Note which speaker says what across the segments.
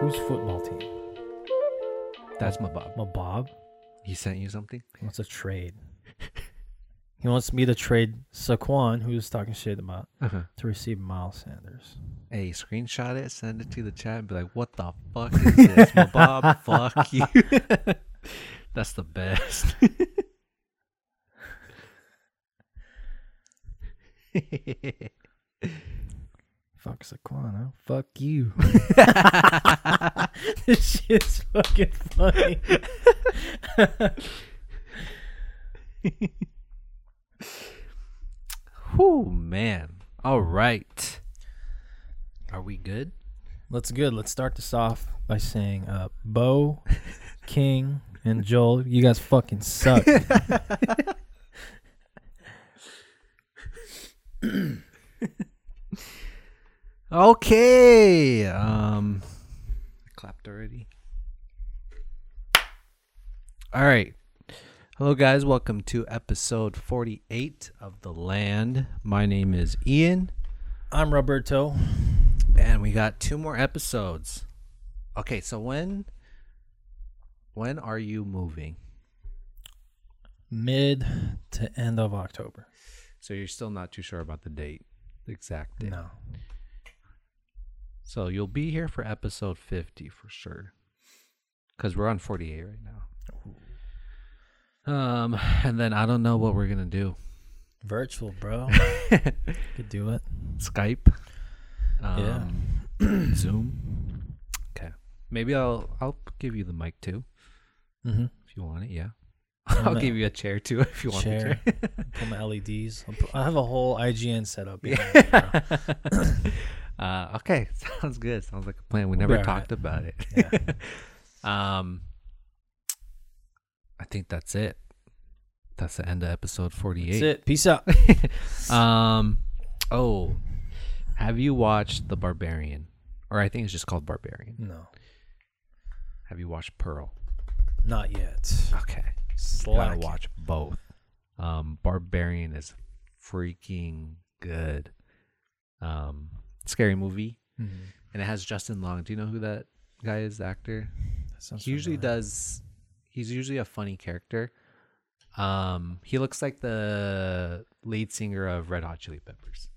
Speaker 1: Whose football team?
Speaker 2: That's my Bob.
Speaker 1: My Bob
Speaker 2: He sent you something?
Speaker 1: wants a trade. he wants me to trade Saquon, who was talking shit about,
Speaker 2: Uh-huh.
Speaker 1: to receive Miles Sanders.
Speaker 2: Hey, screenshot it, send it to the chat, and be like, what the fuck is this? my Bob, fuck you. That's the best.
Speaker 1: Fuck Saquon, huh? Fuck you. this shit's fucking funny.
Speaker 2: Whew, man. All right. Are we good?
Speaker 1: Let's good. Let's start this off by saying, uh, Bo, King, and Joel, you guys fucking suck.
Speaker 2: Okay. Um clapped already. All right. Hello guys, welcome to episode 48 of The Land. My name is Ian
Speaker 1: I'm Roberto.
Speaker 2: and we got two more episodes. Okay, so when when are you moving?
Speaker 1: Mid to end of October.
Speaker 2: So you're still not too sure about the date, the exact date.
Speaker 1: No.
Speaker 2: So you'll be here for episode 50 for sure. Cuz we're on 48 right now. Um and then I don't know what we're going to do.
Speaker 1: Virtual, bro. Could do it.
Speaker 2: Skype.
Speaker 1: Yeah.
Speaker 2: yeah. Zoom. Um, Okay. Maybe I'll I'll give you the mic too
Speaker 1: Mm-hmm.
Speaker 2: if you want it. Yeah. I'll
Speaker 1: no.
Speaker 2: give you a chair too if you want the
Speaker 1: Chair.
Speaker 2: chair.
Speaker 1: Put my LEDs. I'll put- I have a whole IGN setup. Yeah.
Speaker 2: uh, okay, sounds good. Sounds like a plan. We
Speaker 1: We'll be
Speaker 2: never
Speaker 1: all
Speaker 2: talked about it. um, I think that's it. That's the end of episode
Speaker 1: That's
Speaker 2: forty-eight.
Speaker 1: it. Peace out.
Speaker 2: Um, oh, have you watched The Barbarian? Or I think it's just called Barbarian.
Speaker 1: No,
Speaker 2: Have you watched Pearl?
Speaker 1: not yet.
Speaker 2: Okay,
Speaker 1: Slack.
Speaker 2: gotta watch both. Um, Barbarian is freaking good. Um, scary movie.
Speaker 1: Mhm.
Speaker 2: and it has Justin Long. Do you know who that guy is? The actor.
Speaker 1: That sounds
Speaker 2: he usually
Speaker 1: familiar.
Speaker 2: does. He's usually a funny character. Um, he looks like the lead singer of Red Hot Chili Peppers.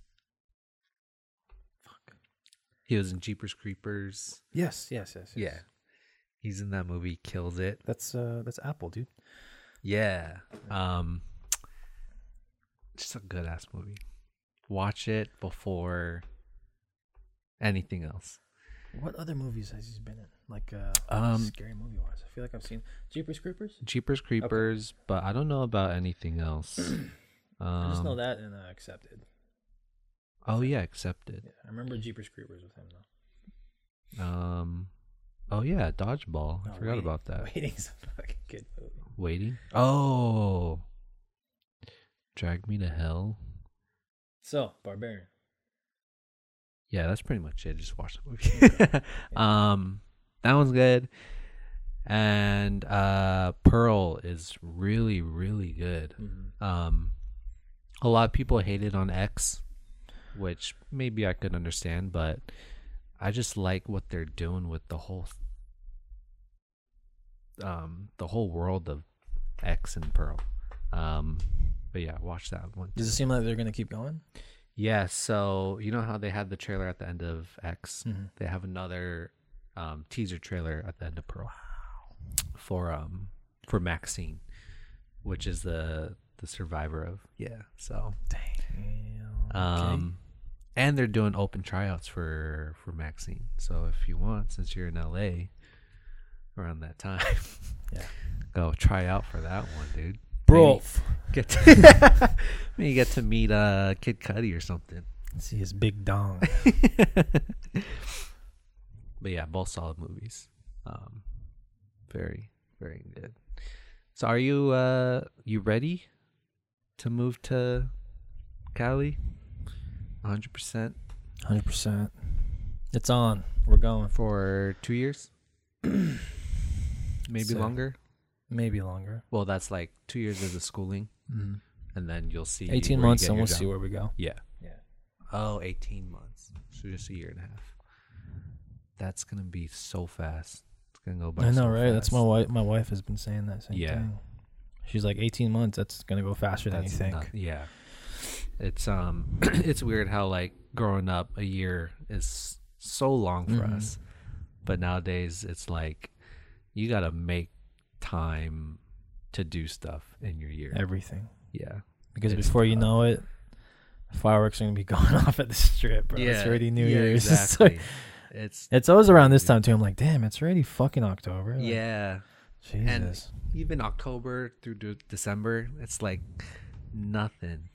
Speaker 2: Fuck. He was in Jeepers Creepers.
Speaker 1: Yes, yes, yes. yes.
Speaker 2: Yeah. He's in that movie. Kills it.
Speaker 1: That's uh, that's Apple, dude.
Speaker 2: Yeah. Um just a good ass movie. Watch it before anything else.
Speaker 1: What other movies has he been in? Like uh,
Speaker 2: Um,
Speaker 1: scary movie wise. I feel like I've seen Jeepers Creepers.
Speaker 2: Jeepers Creepers, but I don't know about anything else.
Speaker 1: I just know
Speaker 2: Um,
Speaker 1: that and uh, Accepted.
Speaker 2: oh yeah, accepted.
Speaker 1: Yeah, I remember Jeepers Creepers with him though.
Speaker 2: Um, oh yeah, dodgeball. I
Speaker 1: No,
Speaker 2: forgot
Speaker 1: Oh, Wait-
Speaker 2: about that.
Speaker 1: Waiting's a fucking good movie.
Speaker 2: Waiting. Oh, drag me to hell.
Speaker 1: So Barbarian.
Speaker 2: Yeah, that's pretty much it. Just watch the movie. um, that one's good. And uh, Pearl is really, really good.
Speaker 1: Mhm.
Speaker 2: Um, a lot of people hated on X, which maybe I could understand, but I just like what they're doing with the whole, um, the whole world of X and Pearl. Um, but yeah, watch that one.
Speaker 1: Does it seem like they're gonna keep going?
Speaker 2: Yeah, so you know how they had the trailer at the end of X?
Speaker 1: Mhm.
Speaker 2: They have another um, teaser trailer at the end of Pearl for um for Maxine, which is the the survivor of yeah. So
Speaker 1: Damn.
Speaker 2: um, and they're doing open tryouts for for Maxine. So if you want, since you're in LA around that time,
Speaker 1: Yeah.
Speaker 2: go try out for that one, dude.
Speaker 1: Bro,
Speaker 2: Maybe get to, maybe you get to meet uh Kid Cudi or something.
Speaker 1: see his big dong.
Speaker 2: But yeah, both solid movies. Um, very, very good. So are you uh you ready to move to Cali? 100%
Speaker 1: Hundred percent. It's on. We're going.
Speaker 2: for 2 years? Maybe
Speaker 1: So-
Speaker 2: longer?
Speaker 1: Maybe longer. Mm.
Speaker 2: Well, that's like 2 years of the schooling. and then you'll see.
Speaker 1: Eighteen
Speaker 2: where you
Speaker 1: months,
Speaker 2: get
Speaker 1: and
Speaker 2: your
Speaker 1: we'll see
Speaker 2: job.
Speaker 1: where we go.
Speaker 2: Yeah.
Speaker 1: Yeah.
Speaker 2: Oh, 18 months. So just a year and a half. That's gonna be so fast. It's gonna go
Speaker 1: I
Speaker 2: by.
Speaker 1: know,
Speaker 2: so
Speaker 1: right? That's
Speaker 2: fast.
Speaker 1: my wife. My wife has been saying that same
Speaker 2: Yeah.
Speaker 1: thing. She's like, eighteen months. That's gonna go faster than you think.
Speaker 2: not- yeah. It's um, it's weird how like growing up, a year is so long for
Speaker 1: Mhm.
Speaker 2: us, but nowadays it's like you gotta make time to do stuff in your year.
Speaker 1: Everything,
Speaker 2: yeah.
Speaker 1: because
Speaker 2: It's
Speaker 1: before you
Speaker 2: not-
Speaker 1: know it, fireworks are gonna be going off at the strip. Bro. it's already New Year's. It's
Speaker 2: Exactly.
Speaker 1: like-
Speaker 2: it's
Speaker 1: it's always around this time too. I'm like, damn, it's already fucking October. Like,
Speaker 2: yeah.
Speaker 1: Jesus.
Speaker 2: even October through de- December, it's like nothing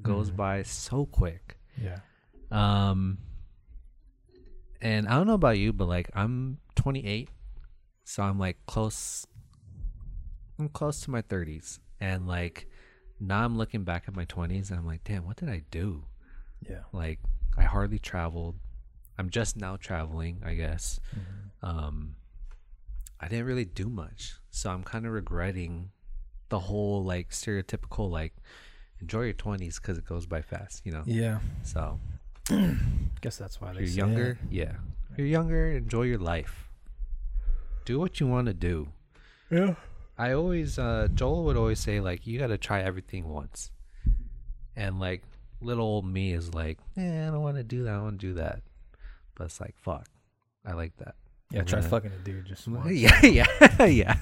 Speaker 2: goes by so quick.
Speaker 1: yeah.
Speaker 2: Um, and I don't know about you, but like I'm 28, so I'm like close. I'm close to my 30s, and like now I'm looking back at my 20s, and I'm like, damn, what did I do?
Speaker 1: Yeah.
Speaker 2: Like I hardly traveled. I'm just now traveling, I guess. Um, I didn't really do much, so I'm kind of regretting the whole like stereotypical like enjoy your 20s because it goes by fast, you know.
Speaker 1: Yeah.
Speaker 2: So
Speaker 1: Guess that's why they
Speaker 2: you're
Speaker 1: say
Speaker 2: younger, yeah. You're younger. Enjoy your life. Do what you want to do.
Speaker 1: it. Yeah.
Speaker 2: I always, uh, Joel would always say like, you got to try everything once, and like little old me is like, eh, I don't want to do that. I want to do that, but it's like, fuck, I like that.
Speaker 1: Yeah. Try
Speaker 2: Yeah.
Speaker 1: fucking a dude just once.
Speaker 2: yeah, yeah, yeah,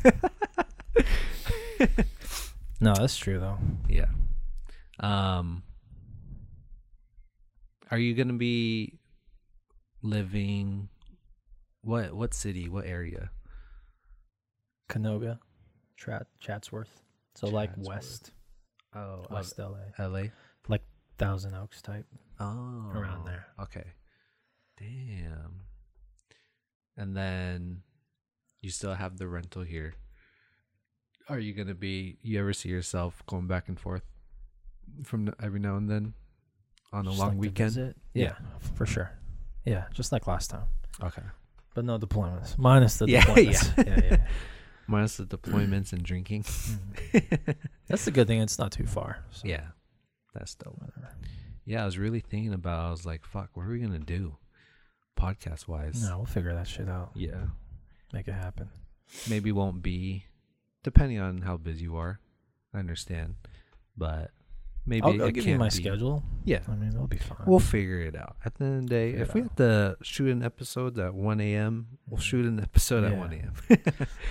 Speaker 1: No, that's true though.
Speaker 2: yeah. Um, are you gonna be living? What what city? What area?
Speaker 1: Canoga, Tra- Chatsworth. So like
Speaker 2: Chatsworth.
Speaker 1: West,
Speaker 2: Oh, of
Speaker 1: West LA,
Speaker 2: LA.
Speaker 1: like Thousand Oaks type.
Speaker 2: Oh,
Speaker 1: there.
Speaker 2: Okay. Damn. And then you still have the rental here. Are you gonna be? You ever see yourself going back and forth from n- every now and then on a
Speaker 1: Just
Speaker 2: long
Speaker 1: like to
Speaker 2: weekend?
Speaker 1: visit. Yeah, for sure. Yeah, just like last time,
Speaker 2: Okay.
Speaker 1: but no deployments. Minus the
Speaker 2: Yeah,
Speaker 1: deployments.
Speaker 2: yeah.
Speaker 1: yeah, yeah.
Speaker 2: Minus the deployments and drinking.
Speaker 1: Mhm. That's the good thing. It's not too far. So
Speaker 2: yeah, that's dope.
Speaker 1: Whatever.
Speaker 2: Yeah, I was really thinking about. I was like, "Fuck, what are we gonna do, podcast wise?"
Speaker 1: No, we'll figure that shit out.
Speaker 2: Yeah.
Speaker 1: Make it happen.
Speaker 2: maybe won't be depending on how busy you are. I understand, but maybe
Speaker 1: I'll, I'll
Speaker 2: it
Speaker 1: give you
Speaker 2: can't
Speaker 1: my
Speaker 2: be.
Speaker 1: schedule.
Speaker 2: Yeah,
Speaker 1: I mean, it'll be fine.
Speaker 2: we'll figure it out. At the end of the day,
Speaker 1: Figure
Speaker 2: if
Speaker 1: it
Speaker 2: we
Speaker 1: out.
Speaker 2: have to shoot an episode at one a.m., we'll
Speaker 1: Mhm.
Speaker 2: shoot an episode at
Speaker 1: Yeah.
Speaker 2: one a.m.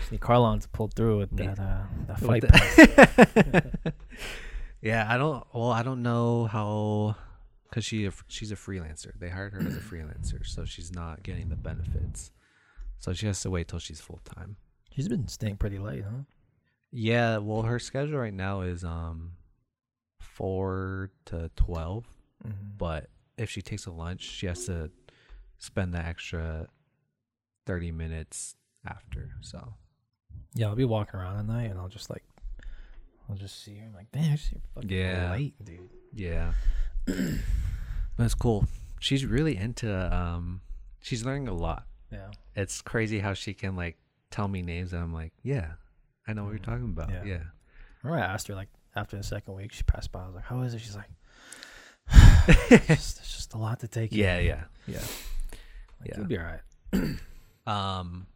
Speaker 1: See, Carlon's pulled through with
Speaker 2: Yeah.
Speaker 1: that, uh, that
Speaker 2: With
Speaker 1: fight
Speaker 2: the-
Speaker 1: pass.
Speaker 2: yeah, I don't. Well, I don't know how, because she a- she's a freelancer. They hired her as a freelancer, so she's not getting the benefits. So she has to wait till she's full time.
Speaker 1: She's been staying pretty late, huh?
Speaker 2: Yeah, well, her schedule right now is um four to twelve,
Speaker 1: Mhm.
Speaker 2: but if she takes a lunch, she has to spend the extra thirty minutes after. So
Speaker 1: Yeah, I'll be walking around at night and I'll just like, I'll just see her. I'm like, damn, she's fucking
Speaker 2: Yeah.
Speaker 1: late, dude.
Speaker 2: yeah, that's cool. She's really into um, she's learning a lot.
Speaker 1: Yeah.
Speaker 2: It's crazy how she can like tell me names, and I'm like, yeah, I know what you're
Speaker 1: Mhm.
Speaker 2: talking about.
Speaker 1: Yeah.
Speaker 2: Yeah,
Speaker 1: Remember, I asked her like after the second week, she passed by. I was like, how is it? She's like, it's just, it's just a lot to take. in."
Speaker 2: yeah, yeah, yeah.
Speaker 1: Like,
Speaker 2: yeah.
Speaker 1: You'll be all right.
Speaker 2: Um,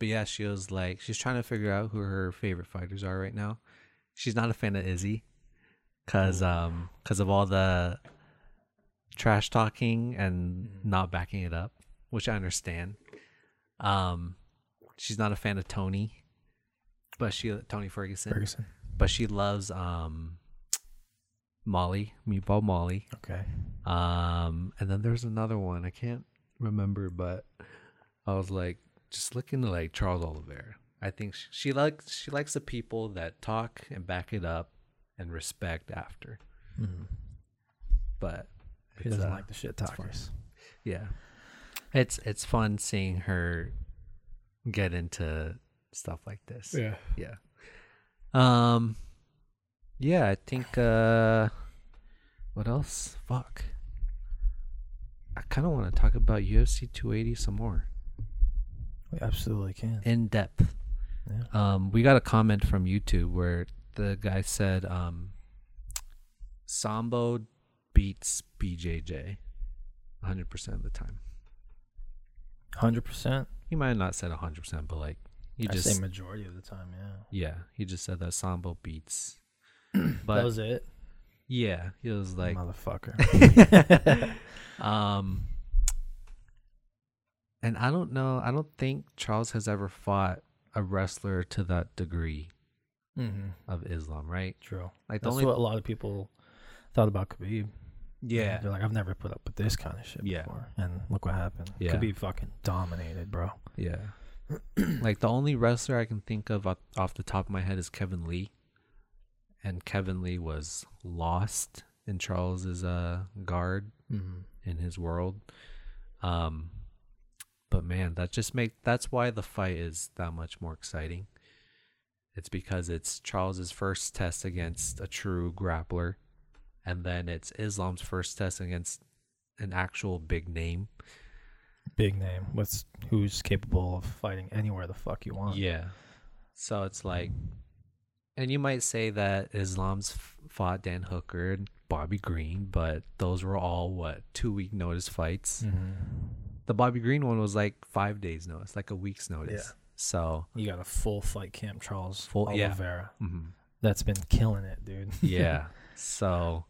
Speaker 2: but yeah, she was like, she's trying to figure out who her favorite fighters are right now. She's not a fan of Izzy, cause um, cause of all the trash talking and not backing it up, which I understand. Um, she's not a fan of Tony, but she Tony Ferguson,
Speaker 1: Ferguson.
Speaker 2: but she loves um, Molly Meatball Molly.
Speaker 1: Okay.
Speaker 2: Um, and then there's another one I can't remember, but I was like just looking to like Charles Oliveira. I think she, she likes she likes the people that talk and back it up and respect after.
Speaker 1: Mhm.
Speaker 2: But
Speaker 1: She
Speaker 2: it's,
Speaker 1: doesn't
Speaker 2: uh,
Speaker 1: like the shit talkers.
Speaker 2: yeah, it's it's fun seeing her get into stuff like this.
Speaker 1: Yeah.
Speaker 2: yeah. Um, yeah, I think. uh What else? Fuck. I kind of want to talk about UFC 280 some more
Speaker 1: We absolutely can.
Speaker 2: in depth.
Speaker 1: Yeah.
Speaker 2: Um, we got a comment from YouTube where the guy said, um, Sambo beats BJJ 100% of the time.
Speaker 1: Hundred percent.
Speaker 2: He might have not said 100%, but like, he
Speaker 1: I
Speaker 2: just,
Speaker 1: say majority of the time. Yeah.
Speaker 2: yeah, he just said that Sambo beats.
Speaker 1: that
Speaker 2: But
Speaker 1: was it,
Speaker 2: yeah, he was like,
Speaker 1: motherfucker.
Speaker 2: Um, and I don't know. I don't think Charles has ever fought a wrestler to that degree
Speaker 1: mm-hmm.
Speaker 2: of Islam, right?
Speaker 1: True.
Speaker 2: Like the
Speaker 1: That's
Speaker 2: only
Speaker 1: what a lot of people thought about Khabib.
Speaker 2: yeah,
Speaker 1: They're like, I've never put up with this kind of shit
Speaker 2: Yeah.
Speaker 1: before, and look what happened.
Speaker 2: Yeah.
Speaker 1: Khabib fucking dominated, bro.
Speaker 2: yeah. like the only wrestler I can think of off, off the top of my head is Kevin Lee, and Kevin Lee was lost in Charles's uh guard
Speaker 1: Mm-hmm.
Speaker 2: in his world. Um, but man, that just make that's why the fight is that much more exciting. It's because it's Charles's first test against a true grappler, and then it's Islam's first test against an actual big name.
Speaker 1: Big name. What's who's capable of fighting anywhere the fuck you want?
Speaker 2: Yeah. So it's like, and you might say that Islam's f- fought Dan Hooker and Bobby Green, but those were all what two week notice fights.
Speaker 1: Mm-hmm.
Speaker 2: the Bobby Green one was like five days notice, like a week's notice.
Speaker 1: Yeah.
Speaker 2: So
Speaker 1: You got a full fight camp, Charles
Speaker 2: Full- yeah.
Speaker 1: Oliveira.
Speaker 2: mhm.
Speaker 1: That's been killing it, dude.
Speaker 2: yeah, so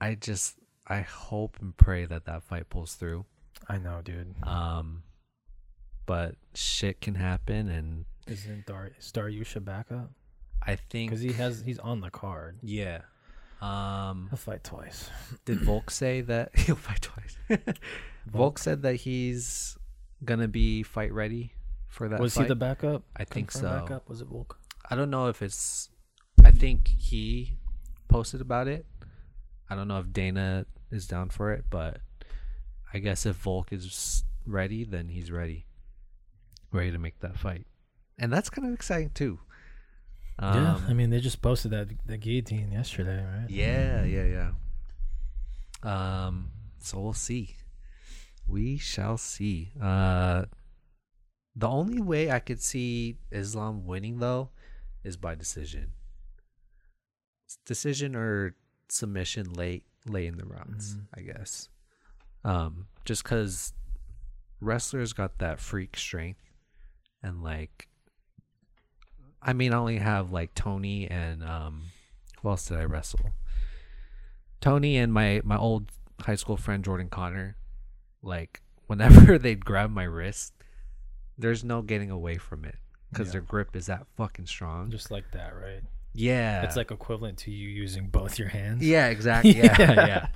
Speaker 2: I just I hope and pray that that fight pulls through.
Speaker 1: I know, dude.
Speaker 2: Um, but shit can happen, and
Speaker 1: Isn't Dar- Daryusha back up?
Speaker 2: I think
Speaker 1: Because he has, he's on the card.
Speaker 2: yeah. Um,
Speaker 1: He'll fight twice.
Speaker 2: did Volk say that he'll fight twice? Volk, said that he's gonna be fight ready for that.
Speaker 1: was
Speaker 2: fight.
Speaker 1: he the backup?
Speaker 2: I think
Speaker 1: Confirmed
Speaker 2: so.
Speaker 1: Backup? Was it Volk?
Speaker 2: I don't know if it's. I think he posted about it. I don't know if Dana is down for it, but I guess if Volk is ready, then he's ready, ready to make that fight, and that's kind of exciting too.
Speaker 1: yeah,
Speaker 2: Um,
Speaker 1: I mean they just posted that the guillotine yesterday, right?
Speaker 2: yeah, yeah, yeah. Um, so we'll see. We shall see. Uh, the only way I could see Islam winning though is by decision. S- Decision or submission late, late in the rounds, I guess. Um, just because wrestlers got that freak strength, and like, I mean, I only have like Tony and um, who else did I wrestle? Tony and my my old high school friend Jordan Connor, like whenever they'd grab my wrist, there's no getting away from it because
Speaker 1: Yeah.
Speaker 2: their grip is that fucking strong.
Speaker 1: Just like that, right?
Speaker 2: yeah,
Speaker 1: It's like equivalent to you using both your hands.
Speaker 2: yeah, exactly. Yeah,
Speaker 1: Yeah.
Speaker 2: yeah.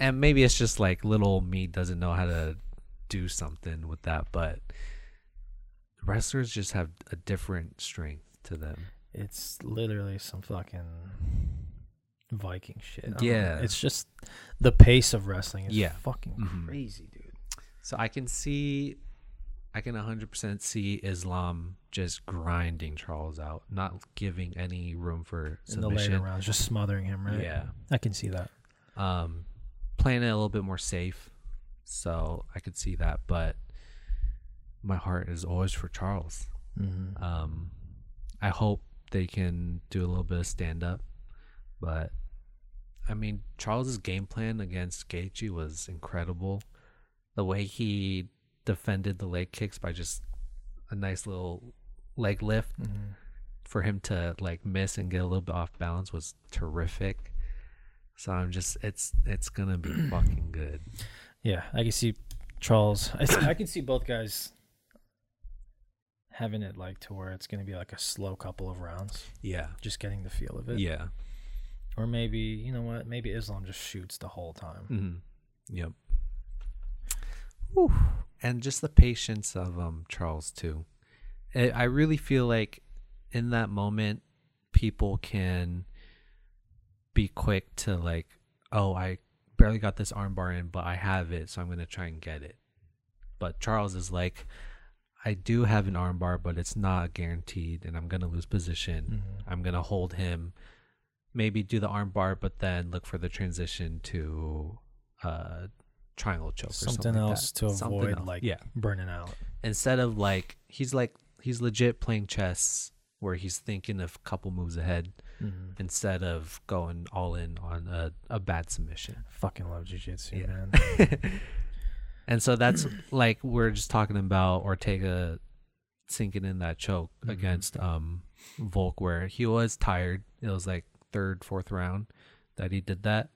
Speaker 2: And maybe it's just like little me doesn't know how to do something with that, but wrestlers just have a different strength to them.
Speaker 1: It's literally some fucking Viking shit. I don't know.
Speaker 2: Yeah.
Speaker 1: It's just the pace of wrestling is
Speaker 2: Yeah.
Speaker 1: fucking
Speaker 2: Mhm.
Speaker 1: crazy, dude.
Speaker 2: So I can see, I can 100% see Islam just grinding Charles out, not giving any room for
Speaker 1: In the later
Speaker 2: submission.
Speaker 1: rounds, just smothering him, right?
Speaker 2: Yeah.
Speaker 1: I can see that.
Speaker 2: um, playing it a little bit more safe. So I could see that, but my heart is always for Charles.
Speaker 1: Mm-hmm.
Speaker 2: Um, I hope they can do a little bit of stand up, but I mean Charles's game plan against Gaethje was incredible. The way he defended the leg kicks by just a nice little leg lift for him to like miss and get a little bit off balance was terrific. So I'm just it's it's gonna be fucking good.
Speaker 1: Yeah, I can see Charles. I, see- I can see both guys having it like to where it's going to be like a slow couple of rounds,
Speaker 2: Yeah.
Speaker 1: just getting the feel of it.
Speaker 2: Yeah.
Speaker 1: Or maybe, you know what? Maybe Islam just shoots the whole time.
Speaker 2: Mm-hmm. Yep. Whew. And just the patience of um Charles too. I I really feel like in that moment, people can be quick to like, oh, I barely got this armbar in, but I have it, so I'm gonna try and get it. But Charles is like, I do have an armbar, but it's not guaranteed, and I'm gonna lose position.
Speaker 1: Mm-hmm.
Speaker 2: I'm gonna hold him, maybe do the armbar, but then look for the transition to uh triangle choke or
Speaker 1: Something,
Speaker 2: something like
Speaker 1: else
Speaker 2: that.
Speaker 1: to
Speaker 2: Something
Speaker 1: avoid
Speaker 2: else.
Speaker 1: like
Speaker 2: yeah.
Speaker 1: burning out.
Speaker 2: Instead of like he's like he's legit playing chess where he's thinking a couple moves ahead
Speaker 1: Mhm.
Speaker 2: instead of going all in on a, a bad submission.
Speaker 1: Fucking love jujitsu,
Speaker 2: Yeah.
Speaker 1: man.
Speaker 2: And so that's like we're just talking about Ortega sinking in that choke
Speaker 1: Mhm.
Speaker 2: against um Volk where he was tired. It was like third, fourth round that he did that.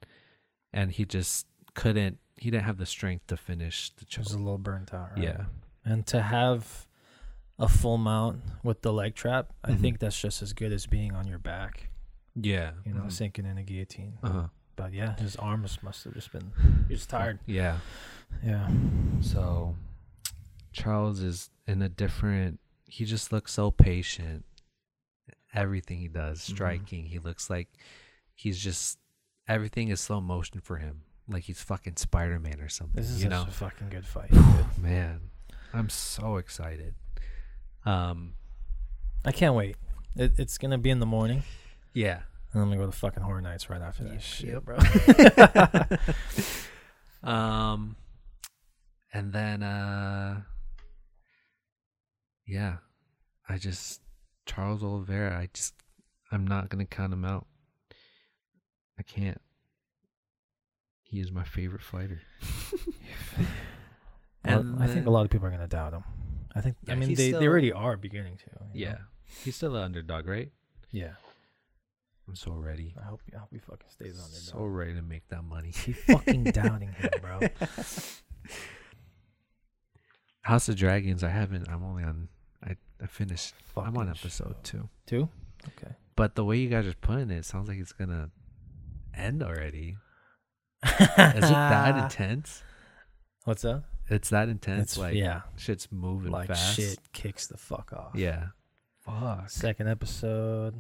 Speaker 2: And he just couldn't he didn't have the strength to finish the
Speaker 1: She was
Speaker 2: choke.
Speaker 1: a little burnt out, right?
Speaker 2: Yeah.
Speaker 1: And to have a full mount with the leg trap, I
Speaker 2: Mhm.
Speaker 1: think that's just as good as being on your back,
Speaker 2: Yeah.
Speaker 1: you know,
Speaker 2: Mhm.
Speaker 1: sinking in a guillotine.
Speaker 2: uh-huh.
Speaker 1: But yeah, his arms must have just been. He was tired.
Speaker 2: Yeah.
Speaker 1: Yeah.
Speaker 2: So Charles is in a different he just looks so patient. Everything he does,
Speaker 1: Mhm.
Speaker 2: striking, he looks like he's just everything is slow motion for him. Like he's fucking Spider Man or something.
Speaker 1: This is such
Speaker 2: you know?
Speaker 1: a fucking good fight. dude.
Speaker 2: Man. I'm so excited. Um
Speaker 1: I can't wait. It, it's gonna be in the morning,
Speaker 2: yeah.
Speaker 1: and I'm gonna go to fucking horror nights right after that.
Speaker 2: Yeah,
Speaker 1: Shit,
Speaker 2: yep.
Speaker 1: bro.
Speaker 2: um and then uh yeah i just charles oliveira i just i'm not gonna count him out i can't he is my favorite fighter
Speaker 1: Well, I think
Speaker 2: then-
Speaker 1: a lot of people are gonna doubt him. I think.
Speaker 2: Yeah,
Speaker 1: I mean,
Speaker 2: he's
Speaker 1: they, they
Speaker 2: still-
Speaker 1: already are beginning to. you know?
Speaker 2: yeah he's still an underdog right
Speaker 1: Yeah.
Speaker 2: i'm so ready
Speaker 1: I hope. I hope he fucking stays on there.
Speaker 2: so
Speaker 1: dog.
Speaker 2: ready to make that money
Speaker 1: Keep fucking doubting him, bro.
Speaker 2: house of dragons i haven't i'm only on i, I finished I'm on
Speaker 1: Fucking
Speaker 2: episode
Speaker 1: shit.
Speaker 2: two.
Speaker 1: two.
Speaker 2: But the way you guys are putting it, it sounds like it's gonna end already. Is it that intense?
Speaker 1: What's up?
Speaker 2: It's that intense.
Speaker 1: It's
Speaker 2: like
Speaker 1: yeah,
Speaker 2: shit's moving
Speaker 1: like
Speaker 2: fast.
Speaker 1: shit kicks the fuck off.
Speaker 2: Yeah. Fuck.
Speaker 1: Second episode.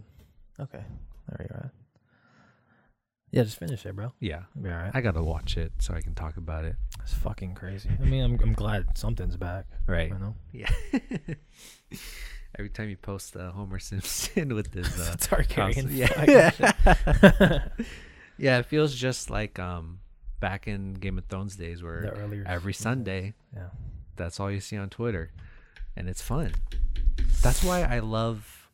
Speaker 1: Okay. There you are. Yeah, just finish it, bro.
Speaker 2: Yeah.
Speaker 1: It'll be all right.
Speaker 2: I gotta watch it so I can talk about it.
Speaker 1: It's fucking crazy. I mean, I'm I'm glad something's back.
Speaker 2: Right.
Speaker 1: You know,
Speaker 2: Yeah. Every time you post uh, Homer Simpson with his uh,
Speaker 1: it's our
Speaker 2: house-
Speaker 1: Yeah.
Speaker 2: yeah. yeah, it feels just like um back in Game of Thrones days where
Speaker 1: The earlier
Speaker 2: every
Speaker 1: seasons.
Speaker 2: Sunday
Speaker 1: Yeah.
Speaker 2: That's all you see on Twitter. And it's fun. That's why I love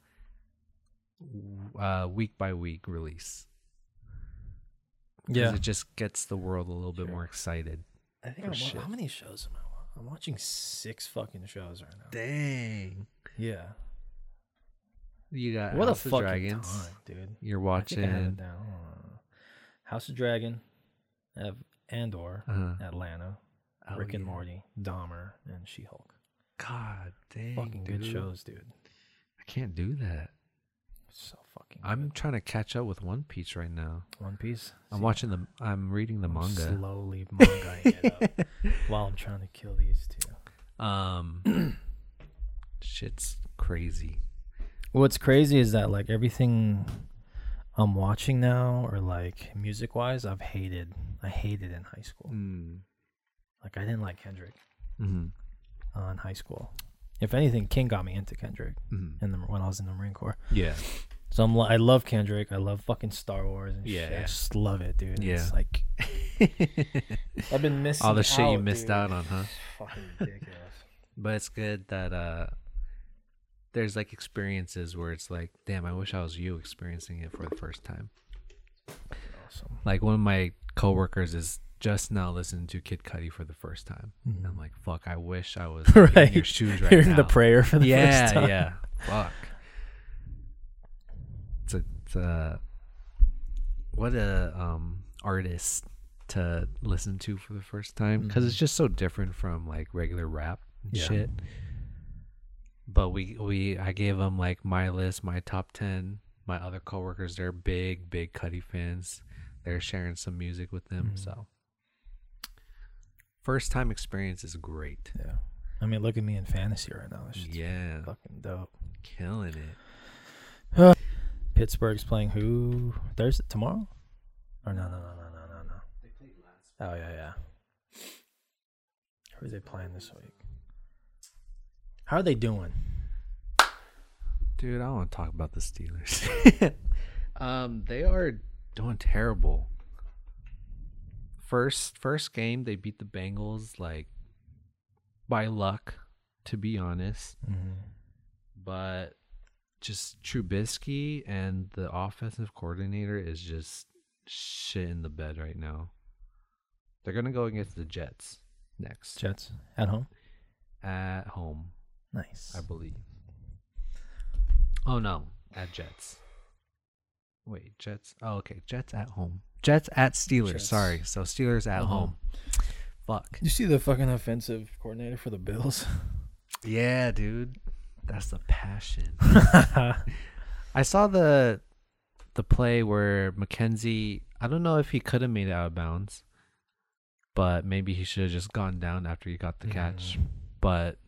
Speaker 2: uh, week by week release. 'Cause
Speaker 1: Yeah.
Speaker 2: It just gets the world a little bit
Speaker 1: Sure.
Speaker 2: more excited.
Speaker 1: I think
Speaker 2: for
Speaker 1: I'm,
Speaker 2: shit.
Speaker 1: how many shows am I? wa- I'm watching six fucking shows right now.
Speaker 2: Dang.
Speaker 1: Yeah.
Speaker 2: You got
Speaker 1: What
Speaker 2: Uh, House
Speaker 1: a
Speaker 2: of
Speaker 1: fucking
Speaker 2: Dragons.
Speaker 1: time, dude.
Speaker 2: You're
Speaker 1: I think I have it
Speaker 2: watching
Speaker 1: down. Hold on. House of Dragon, I have Andor,
Speaker 2: uh,
Speaker 1: Atlanta,
Speaker 2: oh,
Speaker 1: Rick and
Speaker 2: yeah.
Speaker 1: Morty, Dahmer, and She Hulk.
Speaker 2: God dang.
Speaker 1: Fucking good
Speaker 2: dude.
Speaker 1: shows, dude.
Speaker 2: I can't do that.
Speaker 1: So fucking.
Speaker 2: I'm
Speaker 1: good.
Speaker 2: trying to catch up with One Piece right now.
Speaker 1: One Piece.
Speaker 2: I'm
Speaker 1: See,
Speaker 2: watching the I'm reading the
Speaker 1: I'm
Speaker 2: manga.
Speaker 1: Slowly mangaing it up while I'm trying to kill these two.
Speaker 2: Um shit's crazy.
Speaker 1: What's crazy is that like everything I'm watching now, or like music wise, I've hated. I hated in high school.
Speaker 2: Mm.
Speaker 1: Like I didn't like Kendrick
Speaker 2: hmm
Speaker 1: uh, in high school. If anything, King got me into Kendrick
Speaker 2: Mhm.
Speaker 1: in the, when I was in the Marine Corps.
Speaker 2: Yeah.
Speaker 1: So I'm li- I love Kendrick. I love fucking Star Wars and shit.
Speaker 2: Yeah.
Speaker 1: I just love it, dude.
Speaker 2: Yeah.
Speaker 1: It's like I've been missing
Speaker 2: All the shit you
Speaker 1: out,
Speaker 2: missed
Speaker 1: dude.
Speaker 2: out on, huh?
Speaker 1: Fucking ridiculous.
Speaker 2: But it's good that uh there's like experiences where it's like, damn, I wish I was you experiencing it for the first time.
Speaker 1: awesome.
Speaker 2: Like one of my coworkers is just now listening to Kid Cudi for the first time.
Speaker 1: Mhm.
Speaker 2: And I'm like, fuck, I wish I was like, in your
Speaker 1: Right.
Speaker 2: shoes right
Speaker 1: Hearing
Speaker 2: now.
Speaker 1: the prayer for the
Speaker 2: yeah,
Speaker 1: first time.
Speaker 2: yeah. Fuck. It's a, it's a what a um artist to listen to for the first time because it's just so different from like regular rap and
Speaker 1: Mm-hmm. Yeah.
Speaker 2: shit. But we we I gave them like my list, my top ten. My other coworkers, they're big, big Cuddy fans. They're sharing some music with them,
Speaker 1: Mm-hmm.
Speaker 2: so first time experience is great.
Speaker 1: yeah. I mean, look at me in fantasy right now. It's
Speaker 2: Yeah,
Speaker 1: fucking dope.
Speaker 2: killing it.
Speaker 1: Pittsburgh's playing who Thursday tomorrow? Or no, no, no, no, no, no, no. They played last. Oh yeah, yeah. Who are they playing this week? How are they doing?
Speaker 2: Dude, I don't want to talk about the Steelers. um, they are doing terrible. First first game they beat the Bengals like by luck, to be honest.
Speaker 1: Mm-hmm.
Speaker 2: But just Trubisky and the offensive coordinator is just shit in the bed right now. They're gonna go against the Jets next
Speaker 1: Jets at home.
Speaker 2: at home,
Speaker 1: Nice.
Speaker 2: I believe. Oh no, at Jets. Wait, Jets. Oh, okay, Jets at home. Jets at Steelers.
Speaker 1: Jets.
Speaker 2: Sorry, so Steelers at
Speaker 1: Uh-huh.
Speaker 2: home. Fuck.
Speaker 1: you see the fucking offensive coordinator for the Bills?
Speaker 2: Yeah, dude, that's the passion. I saw the the play where McKenzie. I don't know if he could have made it out of bounds, but maybe he should have just gone down after he got the catch. But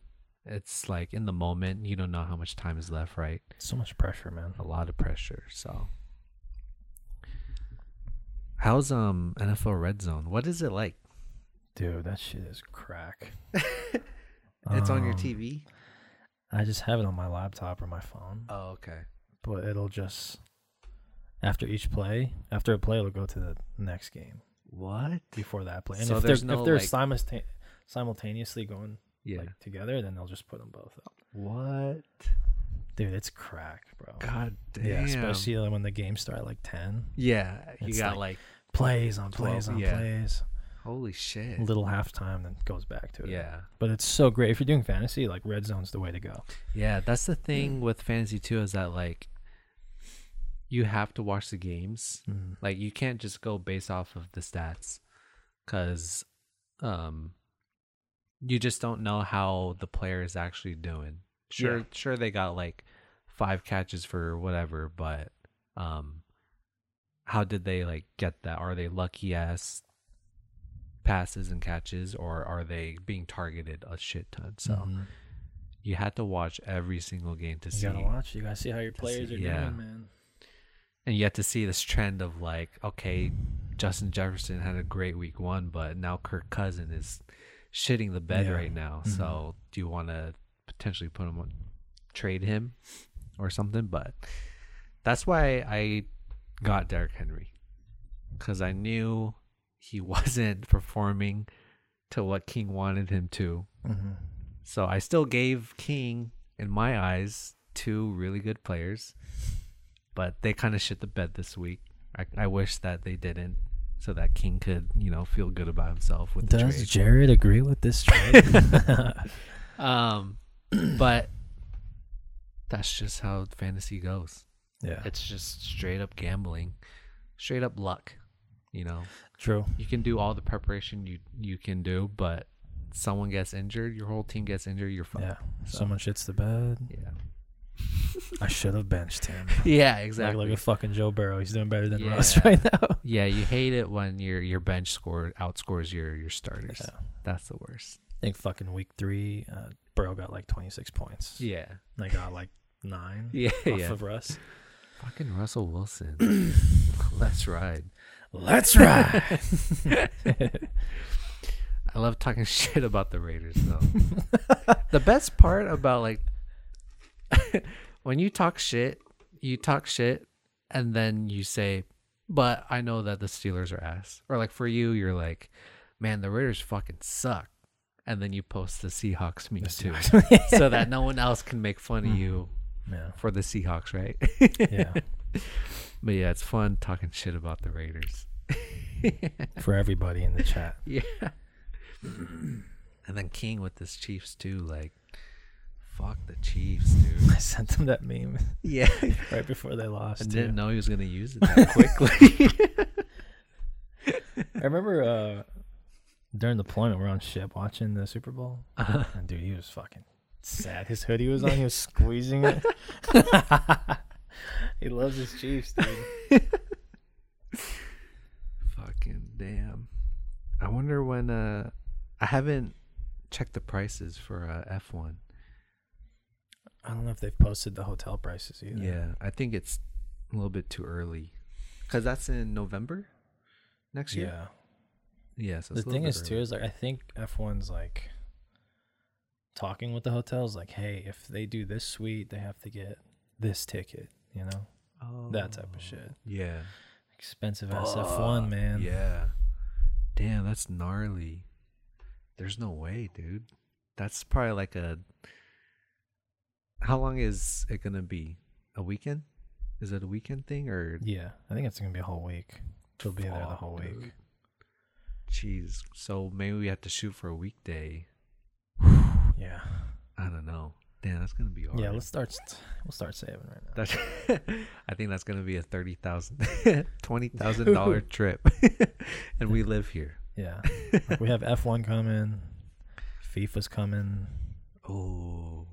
Speaker 2: it's like in the moment, you don't know how much time is left, right?
Speaker 1: so much pressure, man.
Speaker 2: A lot of pressure. So, how's um NFL Red Zone? What is it like?
Speaker 1: Dude, that shit is crack.
Speaker 2: It's on your
Speaker 1: Um,
Speaker 2: TV.
Speaker 1: I just have it on my laptop or my phone,
Speaker 2: Oh, okay.
Speaker 1: but it'll just after each play, after a play, it'll go to the next game
Speaker 2: What?
Speaker 1: before that play. And
Speaker 2: So
Speaker 1: if they're
Speaker 2: there's no,
Speaker 1: if they're
Speaker 2: like-
Speaker 1: simulta- simultaneously going
Speaker 2: Yeah.
Speaker 1: like together, then they'll just put them both up.
Speaker 2: what?
Speaker 1: Dude, it's crack, bro.
Speaker 2: God damn.
Speaker 1: Yeah, especially like, when the games start at, like ten
Speaker 2: Yeah, you
Speaker 1: It's
Speaker 2: got
Speaker 1: like-
Speaker 2: like
Speaker 1: plays on
Speaker 2: Twelve,
Speaker 1: plays on
Speaker 2: yeah.
Speaker 1: plays,
Speaker 2: Holy shit.
Speaker 1: little halftime, then goes back to it.
Speaker 2: Yeah.
Speaker 1: but it's so great if you're doing fantasy. Like red zone's the way to go.
Speaker 2: Yeah, that's the thing with fantasy too is that like you have to watch the games.
Speaker 1: Mm.
Speaker 2: Like you can't just go based off of the stats cuz um you just don't know how the player is actually doing. Sure
Speaker 1: Yeah.
Speaker 2: sure they got like 5 catches for whatever, but um how did they like get that? Are they lucky ass passes and catches or are they being targeted a shit ton? So
Speaker 1: Mhm.
Speaker 2: you had to watch every single game to
Speaker 1: You
Speaker 2: see,
Speaker 1: gotta watch. You gotta see how your
Speaker 2: to
Speaker 1: players
Speaker 2: see-
Speaker 1: are
Speaker 2: yeah.
Speaker 1: doing, man.
Speaker 2: and you had to see this trend of like, okay, Justin Jefferson had a great week one, but now Kirk Cousin is shitting the bed
Speaker 1: Yeah.
Speaker 2: right now. So do you want to potentially put him on, trade him, or something? But that's why I got Derrick Henry because I knew he wasn't performing to what King wanted him to.
Speaker 1: Mhm.
Speaker 2: So I still gave King, in my eyes, two really good players, but they kind of shit the bed this week. I, I wish that they didn't, so that King could, you know, feel good about himself with the
Speaker 1: Does
Speaker 2: trade.
Speaker 1: Jared agree with this trade?
Speaker 2: Um, but that's just how fantasy goes.
Speaker 1: yeah,
Speaker 2: It's just straight up gambling, straight up luck. You know,
Speaker 1: true.
Speaker 2: you can do all the preparation you you can do, but someone gets injured, your whole team gets injured, you're fucked.
Speaker 1: Yeah, someone shits the bed.
Speaker 2: Yeah.
Speaker 1: I should have benched him.
Speaker 2: Yeah,
Speaker 1: Like,
Speaker 2: exactly.
Speaker 1: like a fucking Joe Burrow. He's doing better than
Speaker 2: Yeah.
Speaker 1: Russ right now.
Speaker 2: Yeah, you hate it when your your bench score outscores your your starters.
Speaker 1: Yeah.
Speaker 2: That's the worst.
Speaker 1: I think fucking week three, uh, Burrow got like 26 points.
Speaker 2: Yeah.
Speaker 1: And I got like nine
Speaker 2: Yeah,
Speaker 1: off
Speaker 2: yeah.
Speaker 1: of Russ.
Speaker 2: Fucking Russell Wilson. Let's ride.
Speaker 1: Let's ride.
Speaker 2: I love talking shit about the Raiders though. the best part about like when you talk shit, you talk shit and then you say, "But I know that the Steelers are ass." Or like for you, you're like, "Man, the Raiders fucking suck." And then you post the Seahawks Mm-hmm. meme too. so that no one else can make fun of you
Speaker 1: yeah.
Speaker 2: for the Seahawks, right?
Speaker 1: Yeah.
Speaker 2: but yeah, it's fun talking shit about the Raiders.
Speaker 1: For everybody in the chat.
Speaker 2: Yeah. and then King with his Chiefs too, like fuck the Chiefs, dude.
Speaker 1: I sent them that meme
Speaker 2: Yeah.
Speaker 1: right before they
Speaker 2: I
Speaker 1: lost. too.
Speaker 2: didn't know he was gonna use it that quickly.
Speaker 1: I remember uh, during deployment, we we're on ship watching the Super Bowl,
Speaker 2: Uh-huh.
Speaker 1: and dude, he was fucking sad. His hoodie was on; he was squeezing it. he loves his Chiefs, dude.
Speaker 2: Fucking damn. I wonder when uh I haven't checked the prices for uh F one.
Speaker 1: I don't know if they've posted the hotel prices either.
Speaker 2: Yeah, I think it's a little bit too early. Cause that's in November next year.
Speaker 1: yeah.
Speaker 2: Yeah. so
Speaker 1: The
Speaker 2: it's a little
Speaker 1: thing
Speaker 2: bit
Speaker 1: is, too,
Speaker 2: early.
Speaker 1: is like I think F one's like talking with the hotels, like, hey, if they do this suite, they have to get this ticket. You know, that type of shit.
Speaker 2: Oh, Yeah.
Speaker 1: Expensive ass F one, man.
Speaker 2: Yeah. Damn, that's gnarly. There's no way, dude. That's probably like a. How long is it gonna be? a weekend? Is it a weekend thing or
Speaker 1: Yeah, I think it's gonna be a whole week. She'll be there the
Speaker 2: Fuck,
Speaker 1: whole week.
Speaker 2: dude. Jeez. So maybe we have to shoot for a weekday.
Speaker 1: Yeah,
Speaker 2: I don't know. Damn, that's gonna be hard.
Speaker 1: yeah. Let's start. St- we'll start saving right now.
Speaker 2: That's, I think that's gonna be a thirty thousand, twenty thousand dollar trip, and we live here.
Speaker 1: yeah, Like, we have F one coming. FIFA's coming.
Speaker 2: Oh,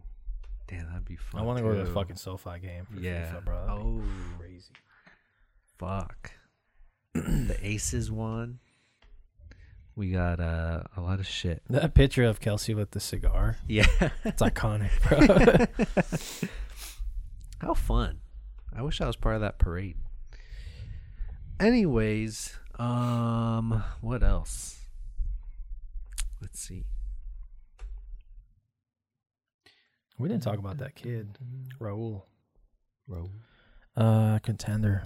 Speaker 2: damn, that'd be fun.
Speaker 1: I want to go to the
Speaker 2: too.
Speaker 1: fucking SoFi game for
Speaker 2: Oh, Yeah.
Speaker 1: FIFA, bro. That'd be
Speaker 2: Oh.
Speaker 1: crazy.
Speaker 2: Fuck. the Aces won. We got uh, a lot of shit.
Speaker 1: That picture of Kelsey with the cigar,
Speaker 2: Yeah.
Speaker 1: it's iconic, bro.
Speaker 2: How fun. I wish I was part of that parade. Anyways, um what else? Let's see.
Speaker 1: we didn't talk about that kid, Raul.
Speaker 2: Row.
Speaker 1: Uh, contender.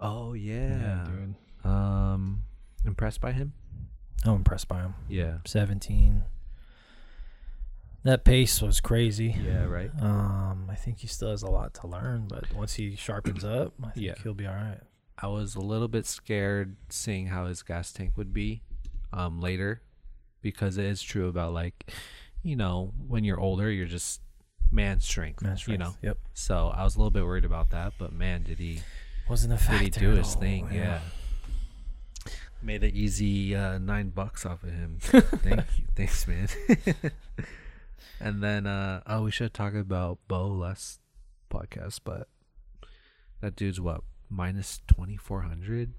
Speaker 2: Oh yeah.
Speaker 1: dude.
Speaker 2: um impressed by him?
Speaker 1: I'm impressed by him.
Speaker 2: Yeah.
Speaker 1: 17. That pace was crazy.
Speaker 2: Yeah, right.
Speaker 1: Um, I think he still has a lot to learn, but once he sharpens up, I think
Speaker 2: Yeah.
Speaker 1: he'll be all right.
Speaker 2: I was a little bit scared seeing how his gas tank would be um, later because it is true about like, you know, when you're older, you're just man strength,
Speaker 1: Man
Speaker 2: you
Speaker 1: strength,
Speaker 2: know.
Speaker 1: Yep.
Speaker 2: So I was a little bit worried about that, but man, did he
Speaker 1: Wasn't a
Speaker 2: did
Speaker 1: factor.
Speaker 2: he do
Speaker 1: at
Speaker 2: his
Speaker 1: all,
Speaker 2: thing?
Speaker 1: you know?
Speaker 2: Yeah. Made an easy uh, nine bucks off of him. Thank you, thanks, man. and then uh, oh, we should talk about Bo last podcast, but that dude's what minus twenty four hundred.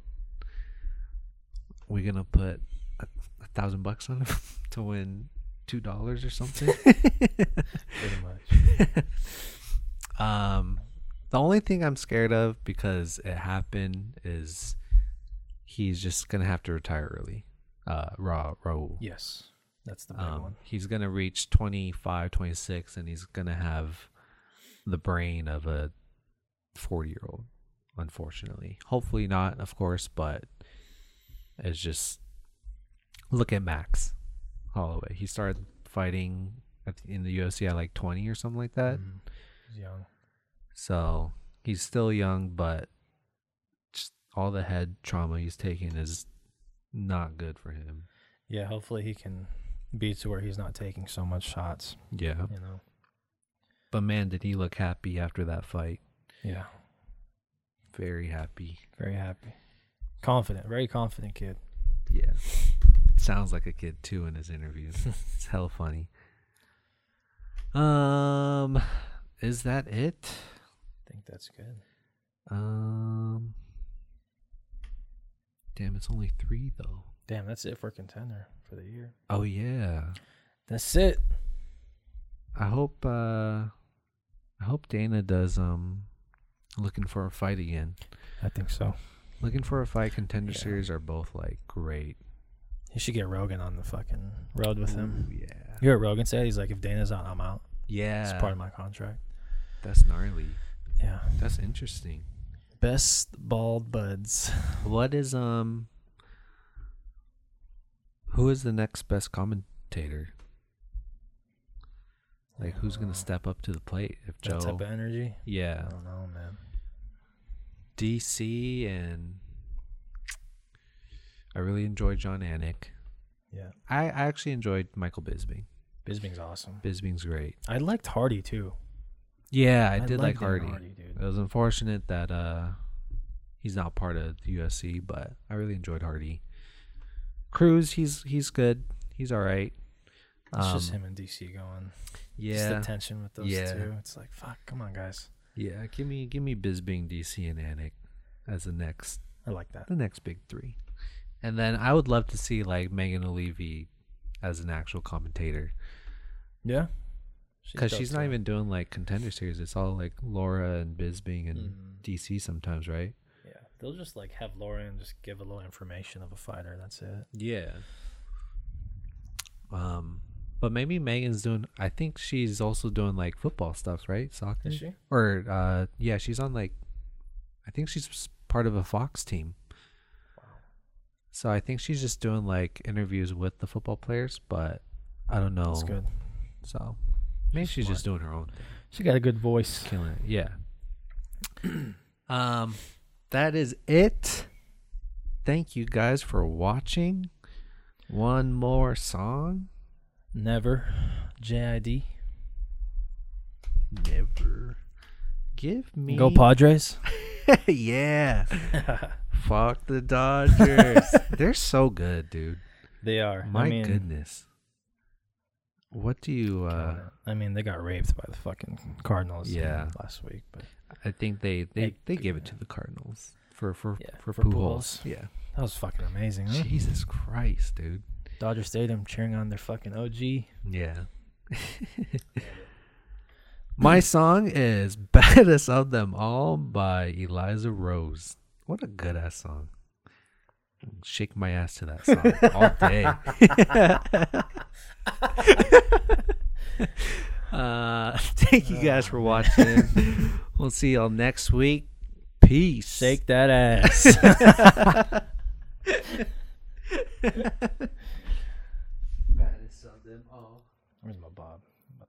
Speaker 2: We're gonna put a, a thousand bucks on him to win two dollars or something.
Speaker 1: Pretty much.
Speaker 2: Um, the only thing I'm scared of because it happened is he's just gonna have to retire early. Uh, Ra Raul.
Speaker 1: Yes. That's the big
Speaker 2: Um,
Speaker 1: one.
Speaker 2: he's gonna reach 25, 26, and he's gonna have the brain of a 40 year old. Unfortunately, hopefully not, of course, but it's just look at Max Holloway. He started fighting at the, in the UFC at like 20 or something like that.
Speaker 1: He's young.
Speaker 2: So he's still young, but just all the head trauma he's taking is not good for him.
Speaker 1: Yeah. Hopefully he can be to where he's not taking so much shots.
Speaker 2: Yeah.
Speaker 1: You know.
Speaker 2: But man, did he look happy after that fight?
Speaker 1: Yeah.
Speaker 2: Very happy.
Speaker 1: Very happy. Confident. Very confident kid.
Speaker 2: Yeah. Sounds like a kid too in his interviews. it's hella funny. Um, is that it?
Speaker 1: I think that's good.
Speaker 2: Um, damn, it's only three though.
Speaker 1: Damn, that's it for contender for the year.
Speaker 2: Oh yeah.
Speaker 1: That's it.
Speaker 2: I hope uh I hope Dana does um looking for a fight again.
Speaker 1: I think so.
Speaker 2: Looking for a fight contender
Speaker 1: Yeah.
Speaker 2: series are both like great.
Speaker 1: You should get Rogan on the fucking road with him.
Speaker 2: Ooh, yeah.
Speaker 1: You hear what Rogan said? He's like, if Dana's out, I'm out.
Speaker 2: Yeah.
Speaker 1: It's part of my contract.
Speaker 2: That's gnarly.
Speaker 1: Yeah.
Speaker 2: That's interesting.
Speaker 1: Best bald buds.
Speaker 2: What is um who is the next best commentator? Like who's gonna step up to the plate
Speaker 1: Uh,
Speaker 2: if
Speaker 1: That type
Speaker 2: Joe
Speaker 1: of energy. I
Speaker 2: Yeah.
Speaker 1: don't know, man.
Speaker 2: DC and I really enjoy John Anik.
Speaker 1: Yeah.
Speaker 2: I, I actually enjoyed Michael Bisping.
Speaker 1: Bisbing's awesome.
Speaker 2: Bisping's great.
Speaker 1: I liked Hardy too.
Speaker 2: Yeah, I, did
Speaker 1: liked
Speaker 2: like
Speaker 1: Darren
Speaker 2: Hardy.
Speaker 1: dude.
Speaker 2: It was unfortunate that uh he's not part of the USC, but I really enjoyed Hardy. Cruz, he's he's good. He's all right.
Speaker 1: It's just
Speaker 2: Um,
Speaker 1: him and DC going. Just
Speaker 2: Yeah,
Speaker 1: the tension with those
Speaker 2: Yeah.
Speaker 1: two. It's like, fuck, come on, guys.
Speaker 2: yeah. Give me give me Bisping, DC, and Anik as the next
Speaker 1: I like that.
Speaker 2: the next big three. And then I would love to see like Megan Levy as an actual commentator.
Speaker 1: Yeah.
Speaker 2: because she's,
Speaker 1: dope,
Speaker 2: not
Speaker 1: too.
Speaker 2: even doing like contender series. It's all like Laura and Bisbing and
Speaker 1: Mhm.
Speaker 2: DC sometimes, right?
Speaker 1: Yeah, they'll just like have Lauren just give a little information of a fighter. That's it.
Speaker 2: Yeah. Um, but maybe Megan's doing. I think she's also doing like football stuff, right? Soccer.
Speaker 1: Is she?
Speaker 2: Or uh, yeah, she's on like. I think she's s- part of a Fox team. So I think she's just doing like interviews with the football players, but I don't know.
Speaker 1: That's good.
Speaker 2: So maybe she's, just doing her own,
Speaker 1: She got a good voice.
Speaker 2: killing it. Yeah, um, that is it. Thank you guys for watching. One more song.
Speaker 1: Never. JID.
Speaker 2: Never. Give me
Speaker 1: Go Padres.
Speaker 2: yeah. Fuck the Dodgers. They're so good, dude.
Speaker 1: They are.
Speaker 2: My
Speaker 1: I mean,
Speaker 2: goodness. What do you uh
Speaker 1: I mean, they got raped by the fucking Cardinals.
Speaker 2: Yeah.
Speaker 1: Last week, but
Speaker 2: I think they they,
Speaker 1: Like,
Speaker 2: they gave it to the Cardinals for for
Speaker 1: Yeah,
Speaker 2: for,
Speaker 1: for
Speaker 2: Pujols.
Speaker 1: Pujols.
Speaker 2: Yeah.
Speaker 1: that was fucking amazing. Huh?
Speaker 2: Jesus Christ, dude.
Speaker 1: Dodger Stadium cheering on their fucking OG.
Speaker 2: Yeah. My song is Baddest of Them All by Eliza Rose. What a good ass song. Shake my ass to that song all day. uh, thank you guys for watching. We'll see y'all next week. Peace.
Speaker 1: Shake that ass.
Speaker 2: Baddest of Them All.
Speaker 1: Where's my bob? I'm about to